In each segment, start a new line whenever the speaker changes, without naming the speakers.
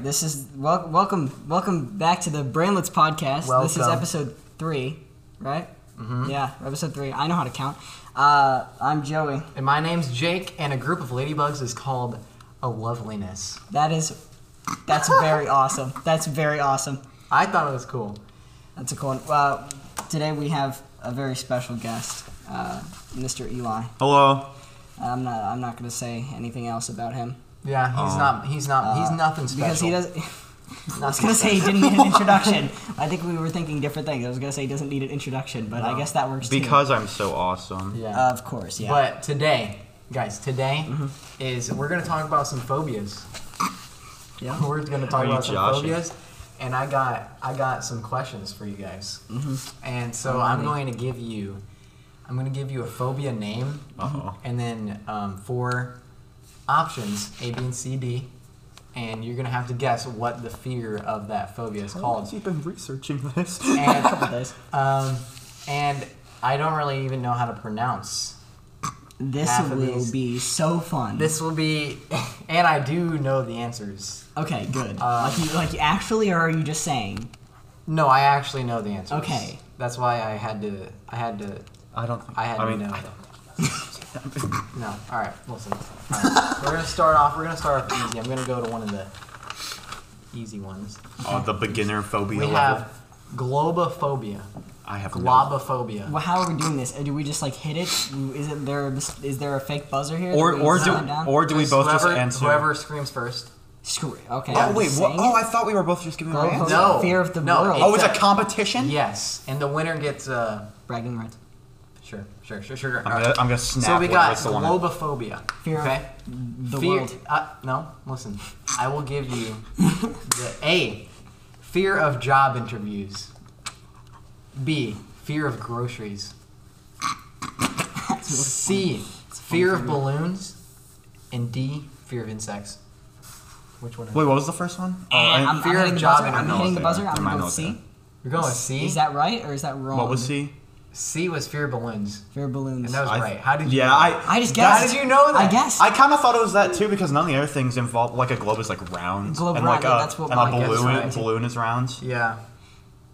This is wel- welcome, welcome back to the Brainlets podcast. This is
Welcome.
episode three, right? Mm-hmm. Yeah, episode three. I know how to count. Uh, I'm Joey.
And my name's Jake, and a group of ladybugs is called a loveliness.
That is, that's very awesome. That's very awesome.
I thought it was cool.
That's a cool one. Uh, today we have a very special guest, uh, Mr. Eli.
Hello.
I'm not. I'm not going to say anything else about him
Yeah, he's not. He's not. he's nothing special.
Oh, uh, because he does.
Nothing
I was gonna say he didn't need an introduction. I think we were thinking different things. I was gonna say he doesn't need an introduction, but I guess that works too.
Because I'm so awesome.
Yeah.
of course, yeah.
But today, guys, today
Mm-hmm.
is we're gonna talk about some phobias.
Yeah.
We're gonna talk
Are you
about some
joshing?
phobias, and I got I got some questions for you guys. And so I'm going to give you, I'm gonna give you a phobia name,
Uh-oh.
and then um, four options A, B, and C, D. And you're gonna have to guess what the fear of that phobia is called.
you been researching this?
And
This-
um, and I don't really even know how to pronounce
this
Half of
will
these.
be so fun.
This will be, and I do know the answers.
okay, good.
Um,
like you, like you actually, or are you just saying?
No, I actually know the answers.
Okay.
That's why I had to. I had to.
I don't think
I had
I
to
mean,
know.
I
no. All right. Listen. All right. we're gonna start off. We're gonna start off easy. I'm gonna go to one of the easy ones.
Oh, the beginner phobia
We
level.
have globophobia.
I have no.
Globophobia.
Well, how are we doing this? Uh, Do we just like hit it? Is it there? a mis- Is there a fake buzzer here?
Or
that we
or
can
do
sound down?
or do we both
whoever,
just answer?
Whoever screams first.
Screw it. Okay.
Oh
I'm
wait,
just
what?
saying
oh
it.
I thought we were both just giving
Go
our answers.
Oh, No.
Fear of the
No,
world.
Oh, it's a
It's a-
competition.
Yes, and the winner gets uh,
bragging rights.
sure, sure, sure, sure.
I'm
All right.
gonna, I'm gonna snap.
So we
what-
got
what's the one?
globophobia.
Fear of
okay.
The
fear,
world.
Uh, no, listen. I will give you the A. Fear of job interviews. B. Fear of groceries. C. Fear of balloons. And D. Fear of insects. Which one? Is
Wait, what was the first one? Oh,
I'm,
I-
I'm
fear of
hitting the
job
buzzer.
and
I'm
I know
hitting
it's
the
there.
buzzer. I'm
I
gonna
know
go
it's
C.
You're going with Oh, C.
Is that right or is that wrong?
what was C?
C was fear of balloons,
Fear of balloons.
and that was
I-
right. How did you?
Yeah,
know?
I.
I just
That's-
guessed.
How did you know that?
I guessed.
I kind of thought it was that too because none of the other things involve like a globe is like round
Globe
and
round,
like
yeah,
a
that's what
and
my
a
guess
balloon
was.
balloon is round.
Yeah.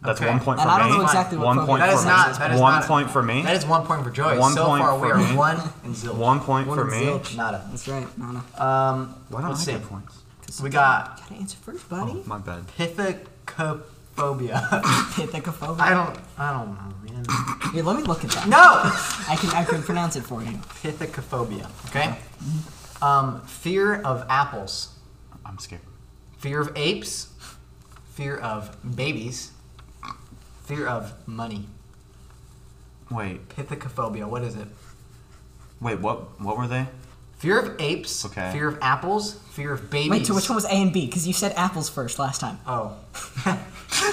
That's
Okay.
one point for
And
me.
I don't know exactly what
one
phobia
point
that
That
for
is
me.
not. That is
one
not-
point for me.
That is one point for Joyce.
One
so
point
far, we
for
are
me.
one and zilch.
One point
One
for
and
me.
Zilch. Nada.
That's right. No, no.
Um,
Why don't
let's
I
see.
get points? Oh,
We got Oh,
Gotta answer first, buddy.
My bad.
pithecophobia.
Pithecophobia.
I don't. I don't know, man.
Wait, let me look at that.
No.
I can I can pronounce it for you.
Pithecophobia. Okay. Um, fear of apples.
I'm scared.
Fear of apes. Fear of babies. Fear of money.
Wait,
Pithecophobia. What is it?
wait, what? What were they?
Fear of apes.
Okay.
Fear of apples. Fear of babies.
Wait, so which one was A and B? Because you said apples first last time.
Oh.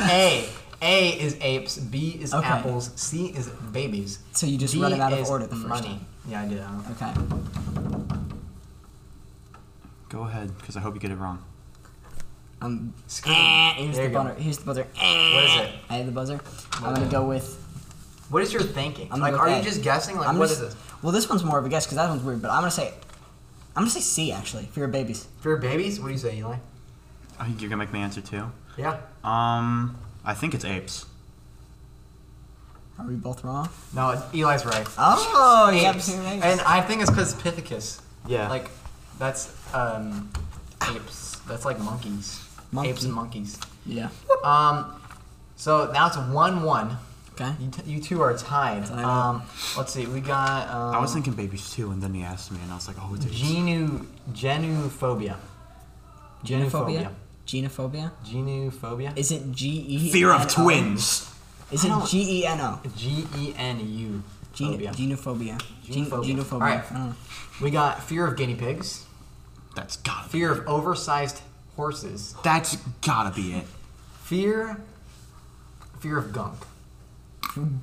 A. A is apes. B is
Okay.
apples. C is babies.
So you just
D
read it out of
is
order the first
money.
time.
Yeah, I did. I don't know.
Okay.
Go ahead, because I hope you get it wrong.
Um.
Screw
eh,
it.
here's
There
the
you go.
buzzer. Here's the buzzer. Eh.
What is it?
I have the buzzer. I'm gonna go with.
What is your thinking?
I'm
like,
gonna
are
go
you
with A.
just guessing? Like,
I'm
what is
just,
this?
Well, this one's more of a guess because that one's weird. But I'm gonna say. I'm gonna say C actually. Fear of babies.
Fear of babies? What do you say, Eli?
I think you're gonna make me answer too.
Yeah.
Um, I think it's apes.
Are we both wrong?
No, Eli's right.
Oh, yeah.
Apes.
fear of babies.
And I think it's because Pithecus.
Yeah.
Like, that's um, apes. That's like monkeys.
Monkey.
Apes and monkeys.
yeah.
Um, so now it's one one.
Okay.
You, t- you two are tied.
Tied up.
Um, let's see. We got. Um,
I was thinking babies too, and then he asked me, and I was like, oh, it's apes.
Genu genuphobia.
Genophobia. Genophobia.
Genophobia.
Is it G E?
Fear
N
of
O?
twins.
Is it
I don't-
G E N O?
G e n u.
Gen- genophobia. Gen-
Genophobia.
Genophobia.
All right.
I don't know.
We got fear of guinea pigs,
That's gotta be.
fear of oversized horses,
That's gotta be it.
fear, fear of gunk,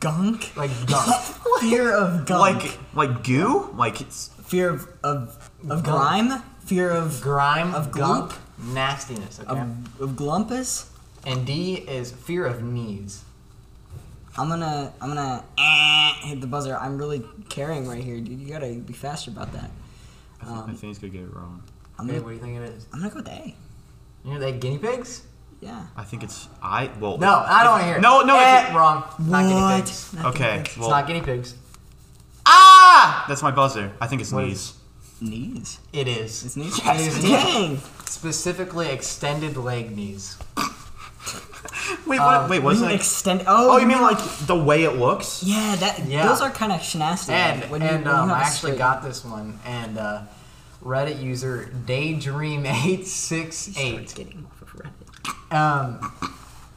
Gunk?
like gunk,
Fear of gunk.
Like, like goo? Like it's
fear of of, of
Gunk.
grime. Fear of
grime,
Of Um,
gunk, nastiness. Okay.
of, of glumpus.
and D is fear of knees.
I'm gonna I'm gonna eh, hit the buzzer. I'm really carrying right here, dude. You gotta be faster about that. Um,
I think, I think he's gonna get it wrong.
I'm
Okay,
gonna
what do you think it is?
I'm gonna go with A.
You're like guinea pigs?
Yeah.
I think it's I. Well,
No, I don't want to hear it.
No, no,
Eh,
it's-
wrong. Not guinea
What?
pigs.
Not
Okay.
guinea pigs.
Well,
it's not guinea pigs.
ah, that's my buzzer. I think it's
What
knees.
Knees.
It is.
It's knees.
It is knees.
Dang.
Specifically, extended leg knees.
Wait, what?
Um,
wait,
You
wasn't
mean
it?
extend. Oh,
oh, you mean like the way it looks?
Yeah, that.
Yeah.
Those are kind of shenanigans.
And
like, when you-
and
when you
um,
have
I
a
actually
straight-
got this one and uh, Reddit user daydream eight six
Started
eight.
Getting off of Reddit.
Um,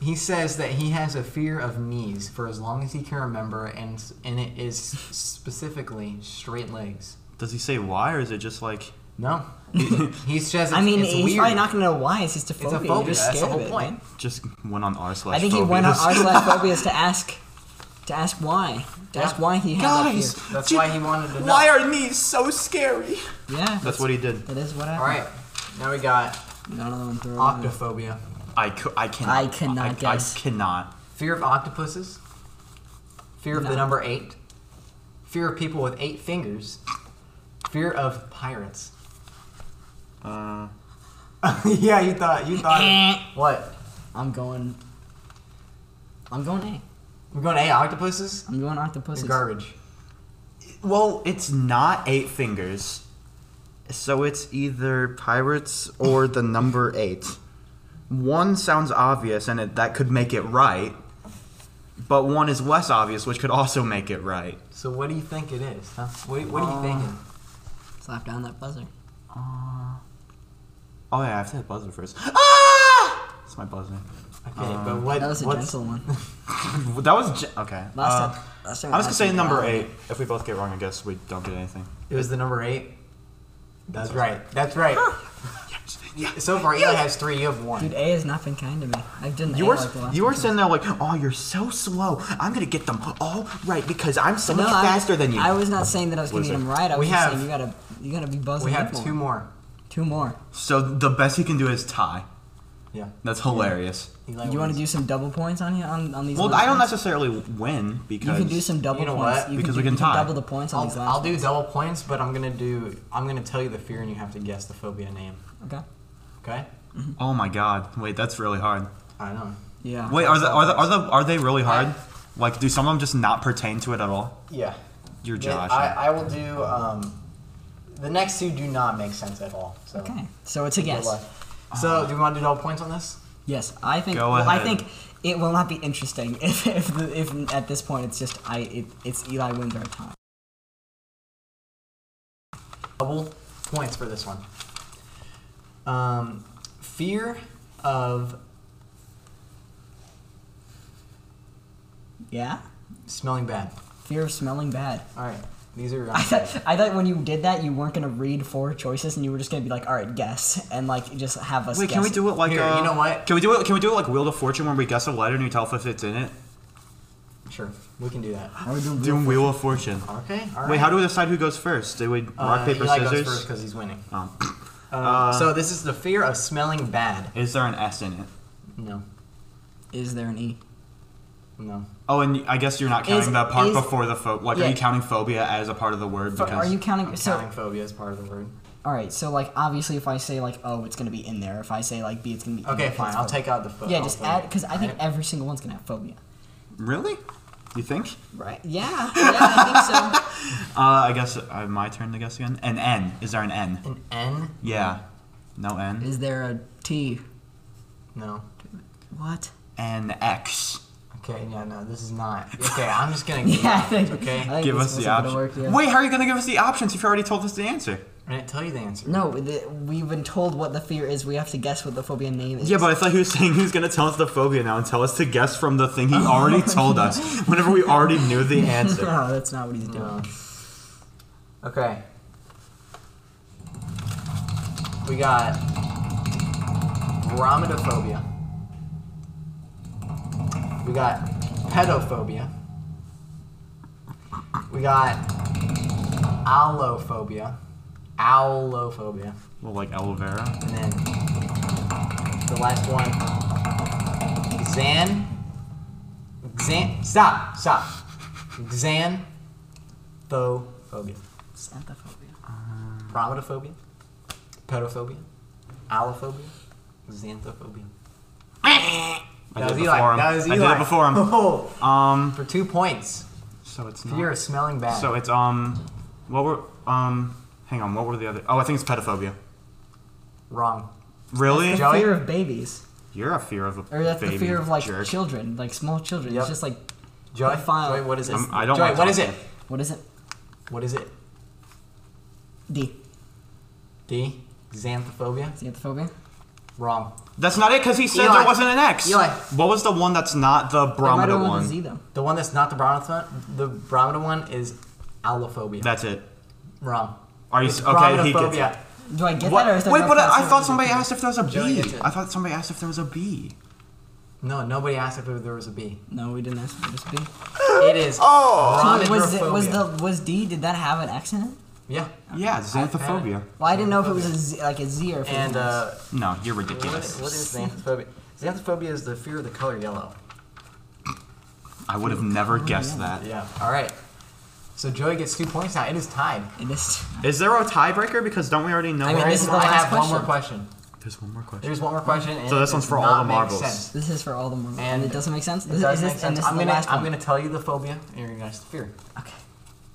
he says that he has a fear of knees for as long as he can remember, and and it is specifically straight legs.
Does he say why, or is it just like?
No, he says. It's,
I mean,
it's
he's
weird.
probably not gonna know why. It's just a phobia.
It's a
You're
phobia.
just
That's the
scared
whole
of it,
point.
man.
Just went on r slash.
I think he went on
phobias.
r slash phobias to ask, to ask why, to ask why he had
Guys.
that
That's
Ju-
why he wanted to know.
Why are knees so scary?
fear. Yeah,
That's what he did.
That is what happened.
All right, now we got
Got another one thrown. in.
octophobia,
I, cou- I cannot.
I could not
I,
guess.
I cannot.
fear of octopuses, fear of the
No.
number eight, fear of people with eight fingers, fear of pirates.
Uh,
yeah, you thought you thought
Eh.
it. what?
I'm going. I'm going A.
We're going A octopuses.
I'm going
They're
octopuses.
garbage.
well, it's not eight fingers, so it's either pirates or the number eight. One sounds obvious, and it, that could make it right, but one is less obvious, which could also make it right.
So what do you think it is? Huh? What, what
Uh,
are you thinking?
Slap down that buzzer.
Uh, Oh yeah, I have to hit buzzer first. Ah! It's my buzzer.
Okay, but what?
uh, That was a
what's,
gentle one.
That was gen- okay.
Last
uh,
time. Last time.
I was gonna
asked
say
him
number
why.
eight. If we both get wrong, I guess we don't get anything.
It was the number eight. That's right. That's right. So far, Eli has three. You have
Dude,
one.
A has not been kind to me. I've done
You
A
were
like the last
you were sitting there like, oh, you're so slow. I'm gonna get them all right because I'm so
No,
much
I-
faster than you.
I was not saying that I was gonna get
Loser.
him right. I was
We
just
have-
saying you gotta you gotta be buzzing.
We have
people.
two more.
Two more.
so the best he can do is tie.
Yeah.
That's hilarious.
Eli
you want
wins.
to do some double points on you on, on these?
Well,
last
I don't
ones?
necessarily win
You
because
can do some double
You know
points.
what?
You
Because
do,
we can
you
tie.
double the points on these
I'll,
last.
I'll do double points, but I'm gonna do. I'm gonna tell you the fear, and you have to guess the phobia name.
Okay.
Okay?
Oh my god! Wait, that's really hard.
I know.
Yeah.
Wait, are the, are the, are the, are they really hard? Like, do some of them just not pertain to it at all?
Yeah.
You're
Yeah,
Josh.
I, I will do. Um, the next two do not make sense at all. So.
Okay. So it's a
Good
guess. Uh,
luck. So, do we want to do double points on this?
Yes, I think.
Go
well, I
ahead.
think it will not be interesting if if, the, if at this point it's just I it, it's Eli wins our time.
Double points for this one. Um, fear of
Yeah.
smelling bad.
Fear of smelling bad.
All right, these are.
I thought, I thought when you did that you weren't gonna read four choices and you were just gonna be like, all right, guess, and like just have us.
Wait, can we
guess
do it like
Here,
uh,
you know what?
Can we do it? Can we do it like Wheel of Fortune when we guess a letter and you tell if it's in it?
sure, we can do that.
Are we doing
Doing Wheel of Fortune.
Okay. All right.
Wait, how do we decide who goes first? Do we rock
Uh,
paper
Eli
scissors?
goes first because he's winning.
Oh.
Uh, so this is the fear of smelling bad.
Is there an S in it?
No,
Is there an E?
no.
Oh, and I guess you're not counting
Is-
the part
is-
before the pho- like. Are
yeah.
you counting phobia as a part of the word?
But
Because
are you counting?
I'm
so,
counting phobia as part of the word.
all right. So like obviously, if I say like O, it's gonna be in there. If I say like B, it's gonna be. in
Okay,
there.
fine.
It's
I'll
phobia.
take out the phobia.
Yeah, just add because I think every single one's gonna have phobia.
really? You think?
Right? Yeah. Yeah, I think so.
Uh, I guess uh, my turn to guess again. An N. Is there an N?
an N.
Yeah. No N.
Is there a T?
No.
What?
An X.
Okay. Yeah. No. This is not. Okay. I'm just gonna.
Yeah, I think.
Okay.
I think
Give
this
us the
wasn't gonna
option.
work, yeah.
Wait, how are you gonna give us the options if you already told us the answer?
I didn't tell you the answer.
No, the, we've been told what the fear is. We have to guess what the phobia name is.
Yeah, but I thought he was saying he was gonna tell us the phobia now and tell us to guess from the thing he
Oh,
already told us. Whenever we already knew the answer.
no, that's not what he's doing.
No. Mm. Okay. We got bromidophobia. We got pedophobia. We got allophobia. Owlophobia.
Well, like aloe vera.
And then the last one. Xan. Xan. Stop. Stop. Xan. Thophobia.
Mm.
It's not the phobia.
Promidophobia. Pedophobia. Allophobia. Xanthophobia.
I
That
did
was
it
Eli.
before him.
That was
I
Eli.
did it before him.
Oh,
Um,
for two points.
so it's
Fear
not.
of smelling bad.
So it's um, what were um, hang on, what were the other? Oh, I think it's pedophobia.
Wrong.
Really?
Joey?
Fear of babies,
You're a fear of a
or that's
baby
the fear of like
jerk.
children, like small children.
Yep.
It's just like
Joy,
Pedophile.
Joy, what is it?
I'm- Um, I don't
Joy,
wanna
what
talk
is
to
it?
you.
what is it?
What is it?
D.
D. Xanthophobia.
Xanthophobia.
Wrong.
That's not it, because he said
Eli.
there wasn't an X.
Eli.
What was the one that's not the
I might
barometer
have went with
one?
Z though.
The one that's not the barometer one. The barometer one is allophobia.
That's it.
Wrong.
Are you
It's
s- okay? He gets it.
barometerphobia.
Do I get
What?
that or is that
Wait,
not
but I, I
possible?
thought somebody asked if there was a
Joey
B.
gets it.
I thought somebody asked if there was a B.
No, nobody asked if there was a B.
No, we didn't ask for this B.
It is.
Oh.
So wait,
Barometerophobia.
was it, was the was D? Did that have an X in it?
yeah.
Yeah, xanthophobia.
Well, I didn't know if it was a Z, like a Z or if it was an X.
And uh,
No, you're
what,
ridiculous.
what is xanthophobia? Xanthophobia is the fear of the color yellow.
I would have never guessed that.
Yeah. All right. So Joey gets two points now. It is tied.
It is-
Is there a tiebreaker? Because don't we already know?
I mean,
already?
this is the
I
last
have one more question.
There's one more question.
There's one more question. And
So this
it
one's
does
for all
not
the
make
marbles.
sense.
this is for all the Mormons. And,
And
it doesn't make sense.
It
This,
does
is
make
this, and
sense.
this
I'm
is the
gonna,
last
I'm
one.
gonna tell you the phobia, and you're gonna guess the fear.
Okay.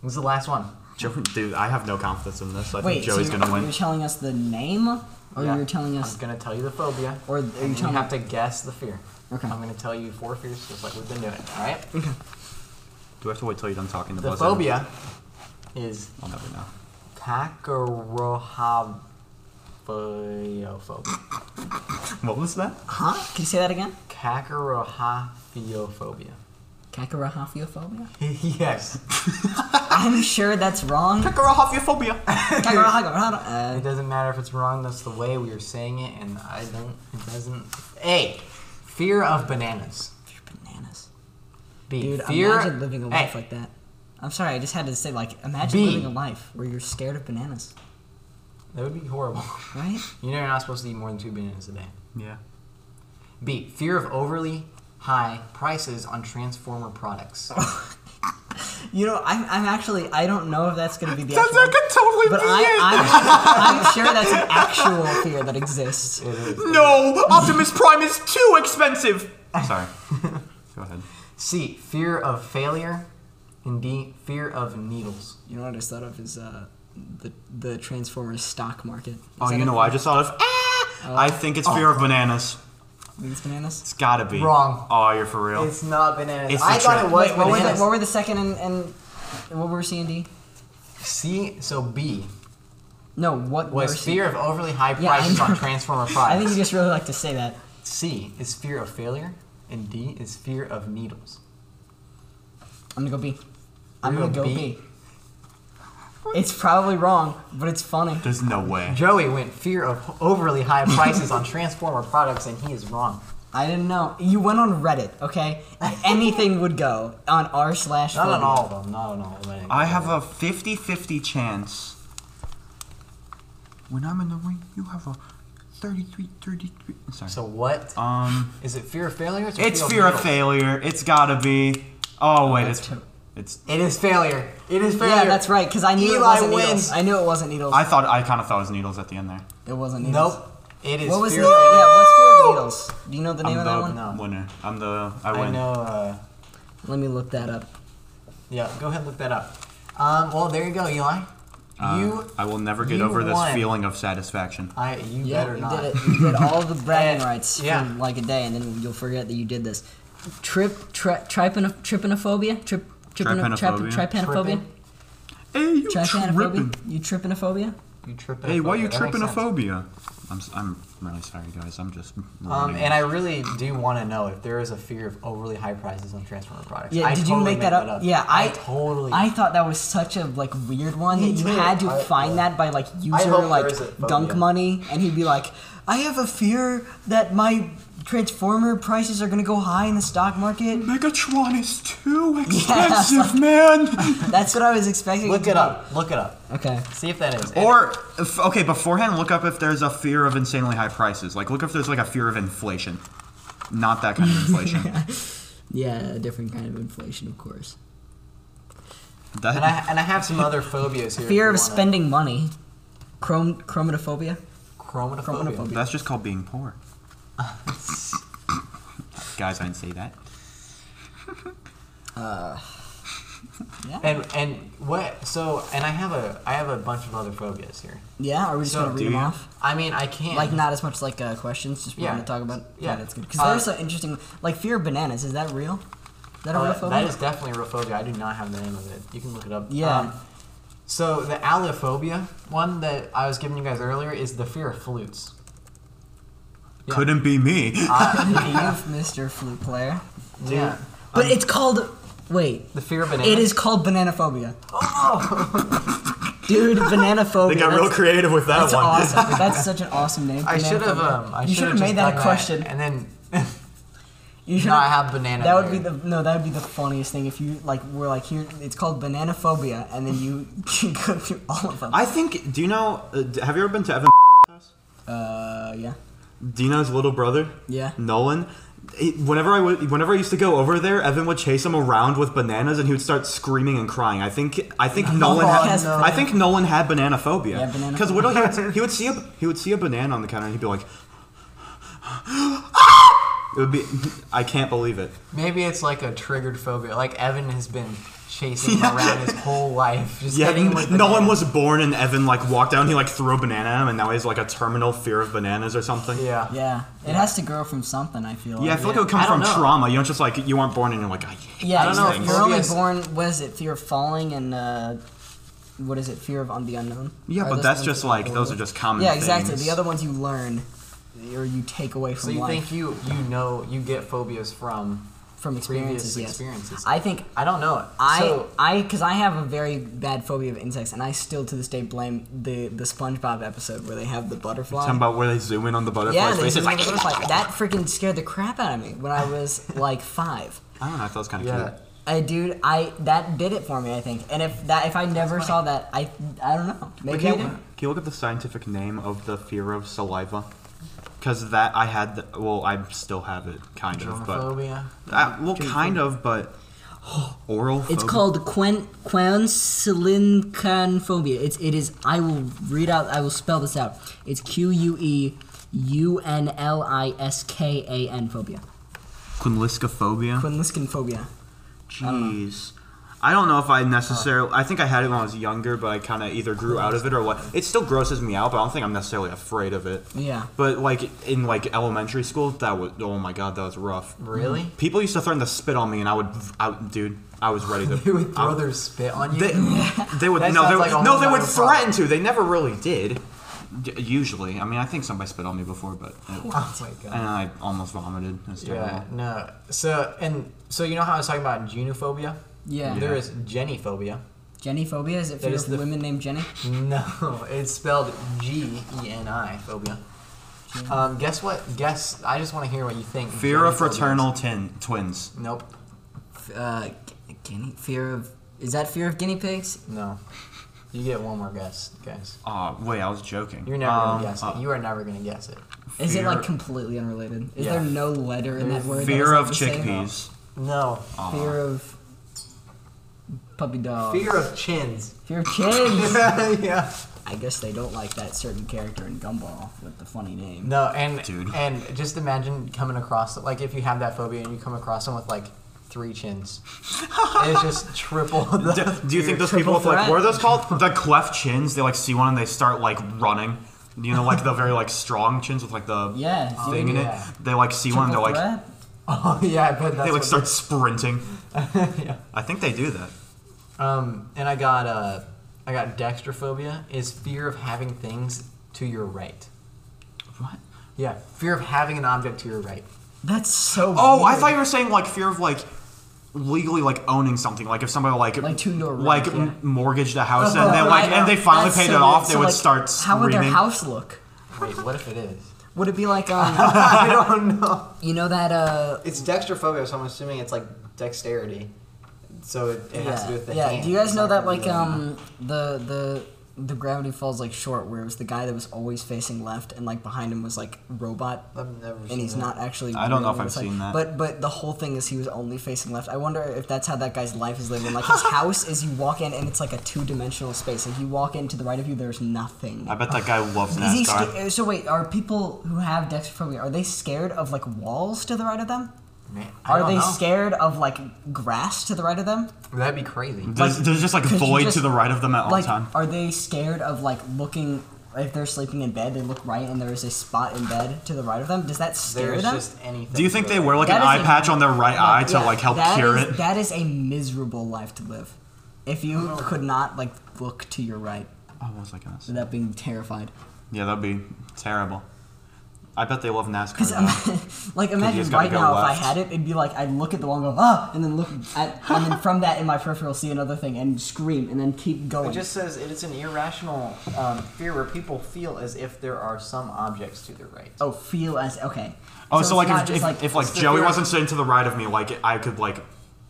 This is the last one.
Joey, dude, I have no confidence in this. I think
Wait,
Joey's
so you're,
gonna win.
you're telling us the name, or
Yeah.
you're telling us,
I'm gonna tell you the phobia.
or are you
You
telling?
have to guess the fear.
Okay.
I'm gonna tell you four fears, just like we've been doing. All right.
Do I have to wait till you're done talking to
The
buzz in?
phobia is
I'll never know.
Tachyrohaphobia.
What was that?
huh? Can you say that again?
Cacarohaphiophobia.
Kakarahafiophobia?
yes. Ah!
I'm sure that's wrong.
Cacarophobia.
Kakarahagorahara-
It
uh,
doesn't matter if it's wrong, that's the way we are saying it, and I don't, it doesn't. A. Fear of bananas.
bananas.
B.
Dude,
fear,
imagine living a
Hey,
life like that. I'm sorry, I just had to say, like, imagine
B.
living a life where you're scared of bananas,
That would be horrible.
right?
you know you're not supposed to eat more than two bananas a day.
Yeah.
B. Fear of overly high prices on Transformer products.
You know, I'm, I'm actually, I don't know if that's going to be the
That,
actual
that could totally
But
be
I,
it.
I'm, I'm sure that's an actual fear that exists.
It is.
no, Optimus Prime is too expensive. Sorry. Go ahead.
C. Fear of failure. And D. Fear of needles.
You know what I just thought of is uh, the the Transformers stock market. Is
Oh,
that
you
a-
know what? I just thought of. Ah! I think it's fear of bananas.
These bananas.
It's gotta be.
Wrong.
Oh, you're for real.
It's not bananas.
It's
I
the
thought
tra-
it was
Wait, what, were the,
bananas.
what were the second and, and what were C and D?
C. So B.
No, what were
was
C-
fear of overly high
Yeah, I
prices
know.
on Transformer
I think you
products.
just really like to say that.
C is fear of failure, and D is fear of needles.
I'm gonna go B. I'm
You're
gonna go
gonna
B. It's probably wrong, but it's funny.
There's no way.
Joey went fear of overly high prices on Transformer products, and he is wrong.
I didn't know. You went on Reddit, okay? Anything would go on r slash.
Not on
phobia.
all of them. Not on all of them.
I have a 50 50 chance. When I'm in the ring, you have a 33 33. Sorry.
So what?
um,
Is it fear of failure? Or is it
it's fear of
needles?
failure. It's gotta be. Oh, wait.
that's
It's.
true.
it's
It is failure. It is failure.
Yeah, that's right. Because I knew it
Eli
wasn't
wins.
needles. I knew it wasn't needles.
I thought. I kind of thought it was needles at the end there.
It wasn't needles.
Nope. It is
What was the,
fear.
yeah? What's fear of needles? Do you know the
I'm
name of
the
that one?
No.
winner. I'm the. I
I
win.
know. Uh,
Let me look that up.
yeah. Go ahead, and look that up. Um, well, there you go, Eli.
Uh,
you,
I will never get
you
over this
won.
feeling of satisfaction.
I, you
Yeah,
better
you
not.
did it. You did all the bragging rights
Yeah.
for like a day, and then you'll forget that you did this. Trip, tri- tripano- tripanophobia, trip, tripano- trip,
Trypanophobia.
tripanophobia,
Trippin'?
Hey, you
tripanophobia. You trippinophobia?
You tripping?
Hey, why you
That makes
tripping a
sense.
phobia? I'm, s- I'm really sorry, guys. I'm just.
Um,
ruining
and
it.
I really do want to know if there is a fear of overly high prices on Transformer products.
Yeah,
I
did you
totally
make that
made
up? Yeah, I,
totally.
I thought that was such a like weird one that
Me
you
too.
had to
I-
find that by like user
hope there
like
is a phobia.
dunk money, and he'd be like, "I have a fear that my transformer prices are gonna go high in the stock market."
Megatron is too expensive, man.
That's what I was expecting.
look
to
it
be.
up. Look it up.
Okay.
See if that is. it.
Or if, okay, beforehand, look up if there's a fear of insanely high prices. Like, look if there's like a fear of inflation. Not that kind of inflation.
Yeah, a different kind of inflation, of course.
That
and I and I have some other phobias here. if
Fear
you
of
wanna-
spending money. Chrom- chromatophobia.
Chromatophobia.
Chromatophobia.
that's just called being poor. guys, I didn't say that.
And and what? So and I have a I have a bunch of other phobias here.
Yeah, are we just
So,
gonna
do
read them
you?
off?
I mean, I can't.
Like not as much like uh, questions, just we're
Yeah.
gonna talk about.
Yeah.
that's good. Because
Uh,
there's some interesting, like fear of bananas. Is that real? Is that a
Uh,
real phobia?
That is definitely a real phobia. I do not have the name of it. You can look it up. Um,
Yeah.
so the allophobia one that I was giving you guys earlier is the fear of flutes. Yeah.
Couldn't be me.
Eve, Mr. Flute Player.
Yeah.
But it's called. Wait,
The fear of banana.
it is called bananaphobia. Dude, bananaphobia.
Oh! they got real
that's-
creative with that
That's
one.
awesome. That's such an awesome name.
I should have.
bananaphobia.
Um, I
you
should have
made that a question.
and then
You should
no, I have banana.
That would be
fear.
the no. That would be the funniest thing if you like were like here. It's called bananaphobia, and then you go through all of them.
I think. Do you know? Uh, d- have you ever been to Evan? house?
uh, yeah,
Dina's little brother,
yeah.
Nolan. he- whenever I would, whenever I used to go over there, Evan would chase him around with bananas, and he would start screaming and crying. I think I think Nolan had
has
I think Nolan had banana phobia.
Oh, Yeah, banana
Because what he would, he would see a he would see a banana on the counter, and he'd be like, "Ah!" "It would be I can't believe it."
Maybe it's like a triggered phobia. Like Evan has been chasing him around his whole life. Just
Yeah,
hitting him with
no one
bananas.
was born, and Evan like walked down. He like threw a banana at him, and now he has like a terminal fear of bananas or something.
Yeah.
Yeah, it has to grow from something. I feel.
Yeah, I
Like.
feel like it would
I
come
don't
from
know.
trauma. You don't just like you aren't born and you're like I hate
Yeah,
I don't know
you're,
if
you're only
phobias-
born. What is it? Fear of falling and uh, what is it? Fear of on the unknown.
Yeah,
Are
but
those
that's
things
just
that
like
you're
those are
born
just
with?
common.
Yeah, exactly.
things.
The other ones you learn or you take away from
So you
life
think you you know you get phobias from
from
previous
experiences. Yes.
experiences?
I think
I don't know.
I
so,
I because I have a very bad phobia of insects, and I still to this day blame the the SpongeBob episode where they have the butterfly.
Talking about where they zoom in on the
yeah,
butterfly's
they
face.
zoom
It's
in
like
the butterfly. That freaking scared the crap out of me when I was like five.
I don't know. I thought it was kind of
Yeah.
cute.
I dude, I that did it for me. I think, and if that if I never saw that, I I don't know.
But
Maybe
Can
I
you,
did.
can you look up the scientific name of the fear of saliva? Because that I had. The, well, I still have it, kind of. But
germophobia.
uh, well, kind of, but oral.
It's
phobia.
called quen quensilincanphobia. It's it is. I will read out. I will spell this out. It's Q U E U N L I S K A N phobia.
quinliscophobia.
Quenliscanphobia.
Jeez. I don't know if I necessarily. I think I had it when I was younger, but I kind of either grew out of it or what. It still grosses me out, but I don't think I'm necessarily afraid of it.
Yeah.
But like in like elementary school, that was oh my god, that was rough.
Really?
People used to threaten to spit on me, and I would, I, would- dude, I was ready to.
They would throw their spit on you.
They, they would
That
no, they,
sounds like a
no,
whole
they would
nother
threaten to. They never really did. D- usually, I mean, I think somebody spit on me before, but it,
oh my god.
and I almost vomited. It was terrible.
Yeah. No. So and so you know how I was talking about genophobia.
Yeah.
There is Jennyphobia.
Jenny phobia? Is it fear
is
of
the-
women named Jenny?
No, it's spelled G E N I phobia.
uh,
Um, guess what? Guess I just want to hear what you think.
Fear
Jennyphobia
of
is.
fraternal tin, twins.
Nope.
Uh, gu- guinea fear of is that fear of guinea pigs?
No. You get one more guess, guys.
Oh, wait, I was joking.
You're never
Um,
gonna guess it.
uh,
You are never gonna guess it.
Is it
Fear-
like completely unrelated? Is
Yeah.
there no letter in that word? that
fear
is
of
the same?
chickpeas.
No.
Aw.
Fear of puppy dog.
Fear of chins.
fear of kids.
yeah.
I guess they don't like that certain character in Gumball with the funny name.
No, and
Dude.
and just imagine coming across like if you have that phobia and you come across them with like three chins. it's just triple the
Do, do you think those people with
triple
like what are
threat.
those called? The cleft chins. They like see one and they start like running. You know, like the very like strong chins with like the
Yeah,
thing in
yeah.
it. Oh, They like see one and they're
Triple
like
threat?
Oh yeah, I bet that's
they like
what
start sprinting.
yeah.
I think they do that.
Um and I got uh I got dextrophobia is fear of having things to your right.
What?
Yeah, fear of having an object to your right.
That's so.
Oh, I
weird.
thought you were saying like fear of like legally like owning something. Like if somebody like
Like to your
like
right,
m-
yeah.
mortgaged a house
Oh,
and then like
right.
and they finally
That's
paid
so
it off,
weird.
they
So,
would
like,
start
How would
screaming.
their house look?
Wait, what if it is?
Would it be like um,
I don't know.
you know that uh
It's dextrophobia, so I'm assuming it's like dexterity. So it, it has to do with the
yeah.
hand.
Do you guys
It's
know that
not gonna
like
be a-
um the the the Gravity Falls like short where it was the guy that was always facing left and like behind him was like robot
I've never seen
and he's
that.
not actually.
I don't know
real,
if I've
it's like-
seen that.
But but the whole thing is he was only facing left. I wonder if that's how that guy's life is living. Like his house is you walk in and it's like a two dimensional space. If you walk in to the right of you, there's nothing.
I bet that guy loves
Is he
NASCAR.
sca- so wait? Are people who have dextrophobia are they scared of like walls to the right of them?
Man, I
Are
don't
they
know.
scared of like grass to the right of them?
That'd be crazy.
Like,
There's, there's just like a
could you
void
just-
to the right of them at all
like,
time.
are they scared of like looking? If they're sleeping in bed, they look right, and there is a spot in bed to the right of them. Does that scare
There's
them?
just anything.
Do you think
to
they
it.
wear like an
That
eye
is a-
patch on their right eye to
yeah,
like help
that
cure
is-
it?
That is a miserable life to live. If you
Oh.
could not like look to your right
Oh, what was I gonna say?
without being terrified,
Yeah, that'd be terrible. I bet they love NASCAR.
because
though.
like
just
imagine
gotta
right
go
now if
left.
I had it, it'd be like I'd look at the wall and go ah, and then look at, and then from that in my peripheral see another thing and scream and then keep going.
It just says it is an irrational um, fear where people feel as if there are some objects to their right.
oh, feel as okay.
Oh, so,
it's
like
not
if,
just,
if like, if like
it's the
Joey
fear-
wasn't sitting to the right of me, like I could like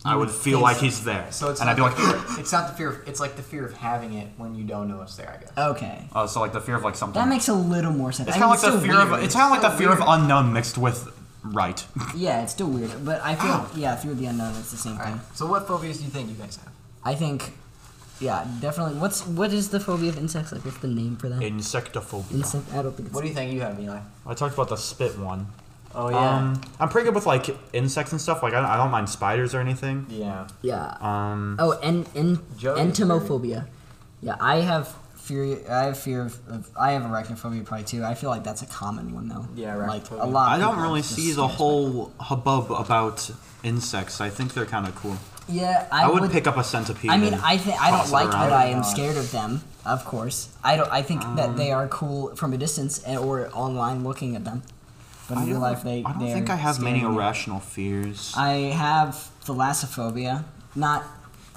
I would feel
face-
like he's there,
So it's
and I'd
not
be like,
the fear, it's not the fear. Of, it's like the fear of having it when you don't know it's there. I guess.
okay,
oh, so like the fear of like something.
that makes a little more sense.
it's
I
kind of
mean,
like the
still
fear
weird.
of it's kind of like the
so
fear of
weird.
unknown mixed with right.
yeah, it's still weird, but I feel yeah, fear of the unknown. It's the same
All
thing.
right. So what phobias do you think you guys have?
I think, yeah, definitely. What's what is the phobia of insects like? What's the name for that?
Insectophobia.
Insect? I don't think it's.
What do you think you have, Eli?
I talked about the spit one.
Oh yeah.
Um, I'm pretty good with like insects and stuff. Like I don't, I don't mind spiders or anything.
yeah.
yeah.
Um,
oh, en, en,
Joey.
entomophobia. Yeah, I have fear. I have fear of, of. I have arachnophobia probably too. I feel like that's a common one though.
Yeah,
Like a
arachnophobia.
lot. of
I don't
people
really
are just
see the
scared.
whole hubbub about insects. I think they're kind of cool.
Yeah, I,
I, would, pick up a centipede.
I mean,
and
I think I
toss
don't
it
like that.
around.
I am scared of them. Of course, I don't. I think
Um,
that they are cool from a distance and, or online looking at them. But in real life, they.
I don't
they're
think I have many
scaring me.
irrational fears.
I have thalassophobia. Not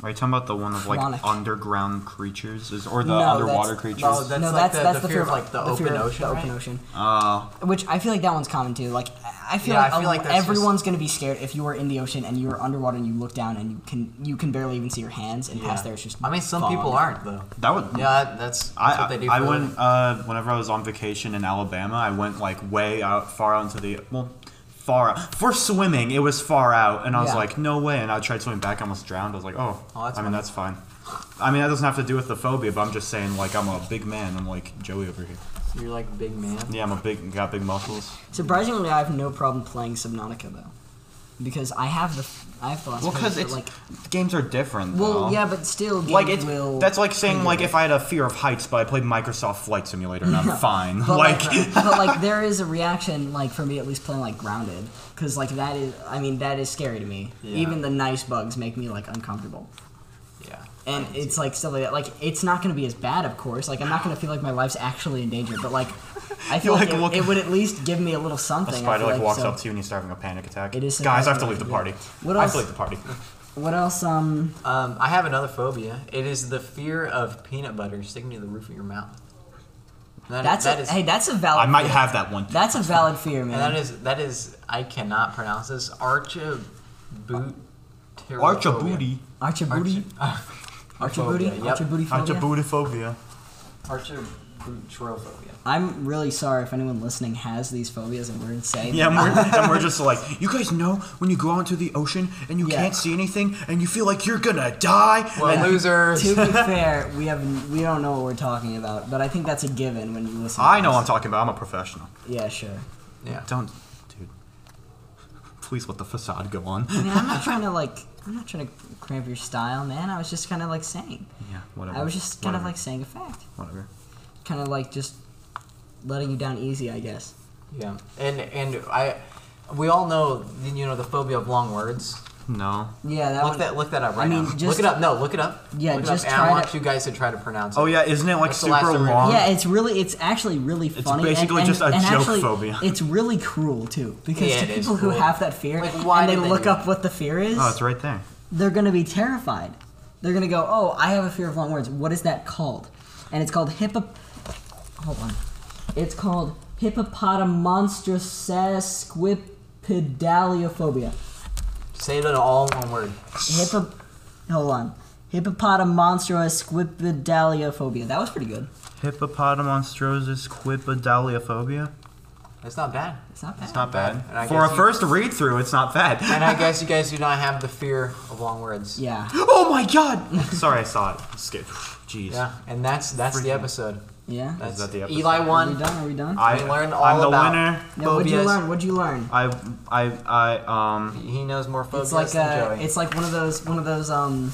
Are you talking about the one of like
Chronic.
underground creatures, is, or the
No, that's-
underwater creatures?
Oh, that's
no,
like
that's
the,
that's
the, fear of
of
like the, open
fear of
ocean.
the
right?
open ocean.
Uh,
Which I feel like that one's common too. Like I I feel
Yeah,
like,
I
a-
feel like that's
everyone's gonna be scared if you are in the ocean and you are underwater and you look down and you can you can barely even see your hands and past there it's just.
I mean, some
fog.
people aren't though.
that would.
Yeah, that- that's, that's what they
I
do.
I
for a
went
living.
uh, whenever I was on vacation in Alabama. I went like way out, far out into the well, far out. for swimming. It was far out, and I was
Yeah.
like, no way. And I tried swimming back, I almost drowned. I was like, oh,
Oh, that's
I mean,
funny.
that's fine. I mean, that doesn't have to do with the phobia, but I'm just saying, like, I'm a big man. I'm like Joey over here.
So you're like big man.
Yeah, I'm a big, got big muscles.
Surprisingly, I have no problem playing Subnautica though, because I have the I have thalassophobia.
Well, because
but,
it's
like
games are different.
well
though.
yeah, but still
like
games
it's
will.
that's like saying
trigger
like
it.
if I had a fear of heights, but I played Microsoft Flight Simulator and I'm fine.
But
like
like, but like there is a reaction like for me at least playing like grounded because like that is I mean that is scary to me.
Yeah.
Even the nice bugs make me like uncomfortable.
Yeah.
And it's like stuff like that. Like it's not gonna be as bad, of course. Like I'm not gonna feel like my life's actually in danger, but like I feel
like
like,
look-
it, it would at least give me a little
a
something. I
spider
feel
like, walks
so-
up to you and you start having a panic attack.
It is
guys, I have to
surprising,
leave the
yeah.
party.
What
I have
else?
to leave the party.
What else? Um,
Um, I have another phobia. It is the fear of peanut butter sticking to the roof of your mouth. That-
that's
that
a,
is-
hey, that's a
I
valid.
might have that one.
that's a valid fear, man.
and that is that is I cannot pronounce this. Archaboot.
Archa booty.
Archibooty, Archibooty,
Archaphobia, yep.
Archibooty phobia.
bootyphobia.
Archabootrophophobia.
I'm really sorry if anyone listening has these phobias and we're insane.
Yeah, and we're, and we're just like, you guys know when you go out into the ocean and you
Yeah.
can't see anything and you feel like you're gonna die. and
Well, losers.
to be fair, we have we don't know what we're talking about, but I think that's a given when you listen.
I know
to
what I'm
us.
talking about. I'm a professional.
Yeah, sure.
Yeah.
Don't, dude. Please let the facade go on.
I mean, I'm not trying to like. I'm not trying to cramp your style, man. I was just kind of like saying.
Yeah, whatever.
I was just kind of
Whatever.
like saying a fact.
whatever.
Kind of like just letting you down easy, I guess.
Yeah. And and I, we all know you know the phobia of long words.
No.
Yeah, that
Look
one.
that look that up right
I mean,
now. look
just-
it up. No, look it up.
Yeah,
look
just
it up. And
try
I want
to-
you guys to try to pronounce it.
Oh yeah, isn't it like
That's the last
super
time we-
long?
yeah, it's really, it's actually really funny. and-
basically
and-
just a
and
joke
actually,
phobia.
It's really cruel too, because
Yeah,
to
it is
people who
cruel.
have that fear
Like, why
and they
did they
look
do
up
that?
what the fear is,
Oh, it's right there.
they're gonna be terrified. They're gonna go, oh, I have a fear of long words. What is that called? And it's called hippo. Hold on. It's called hippopotamonstrosesquipedaliophobia.
Say it in all in one word.
Hippo. Hold on. Hippopotamonstrosesquipedaliophobia. That was pretty good.
Hippopotamonstrosis quipidaliophobia.
It's not bad.
It's not bad.
It's not bad. And I
For a
guess you-
first read through, it's not bad.
And I guess you guys do not have the fear of long words.
Yeah.
oh my god! Sorry, I saw it. Skip. Jeez.
Yeah, and that's that's the
Freaking-
episode.
Yeah.
That's
that the episode?
Eli
Are we
won.
done? Are we done?
I
We learned
I'm
all
the
about-
winner.
yeah, what'd you
phobias.
learn? What'd you learn?
I I I um.
He knows more phobias
It's like
than
uh
Joey.
it's like one of those one of those um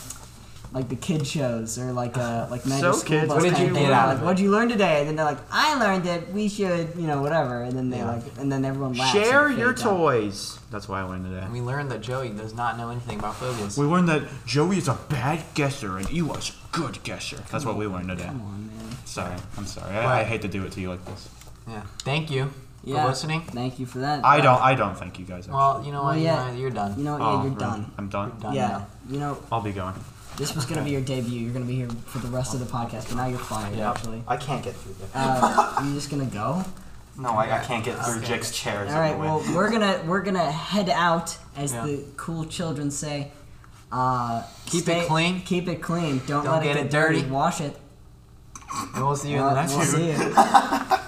like the kid shows or like uh like magic
So,
school
kids,
bus
what did
kind
you
of thing.
get out
like,
of it?
What'd you learn today? And then they're like, I learned that we should you know whatever. And then they
Yeah.
like and then everyone laughs. and
Share
they
your
fade out.
toys. That's why I learned today.
we learned that Joey does not know anything about phobias.
We learned that Joey is a bad guesser and Eli's a good guesser. That's what we learned today.
Come on, man.
Sorry, I'm sorry. I, I
Right.
hate to do it to you like this.
Yeah. Thank you
Yeah.
for listening.
Thank you for that.
I don't. I don't thank you guys. Actually.
Well, you know what?
Well, yeah.
Eli, You're done.
You know what? Yeah,
Oh,
you're
really?
done.
I'm
You're
done.
done
yeah.
now.
You know,
I'll be going.
this was gonna be your debut. You're gonna be here for the rest of the podcast, but now you're fired.
Yeah.
Actually,
I can't get through that.
uh, you're just gonna go.
No, Oh, I, I can't get through Jake's chairs.
All right. Well, we're gonna we're gonna head out as
Yeah.
the cool children say. Uh,
Keep it
stay-
clean.
Keep it clean. Don't,
Don't
let
get
it get
it dirty.
Wash it.
And we'll see you in
Uh,
the next
we'll
one.
see you.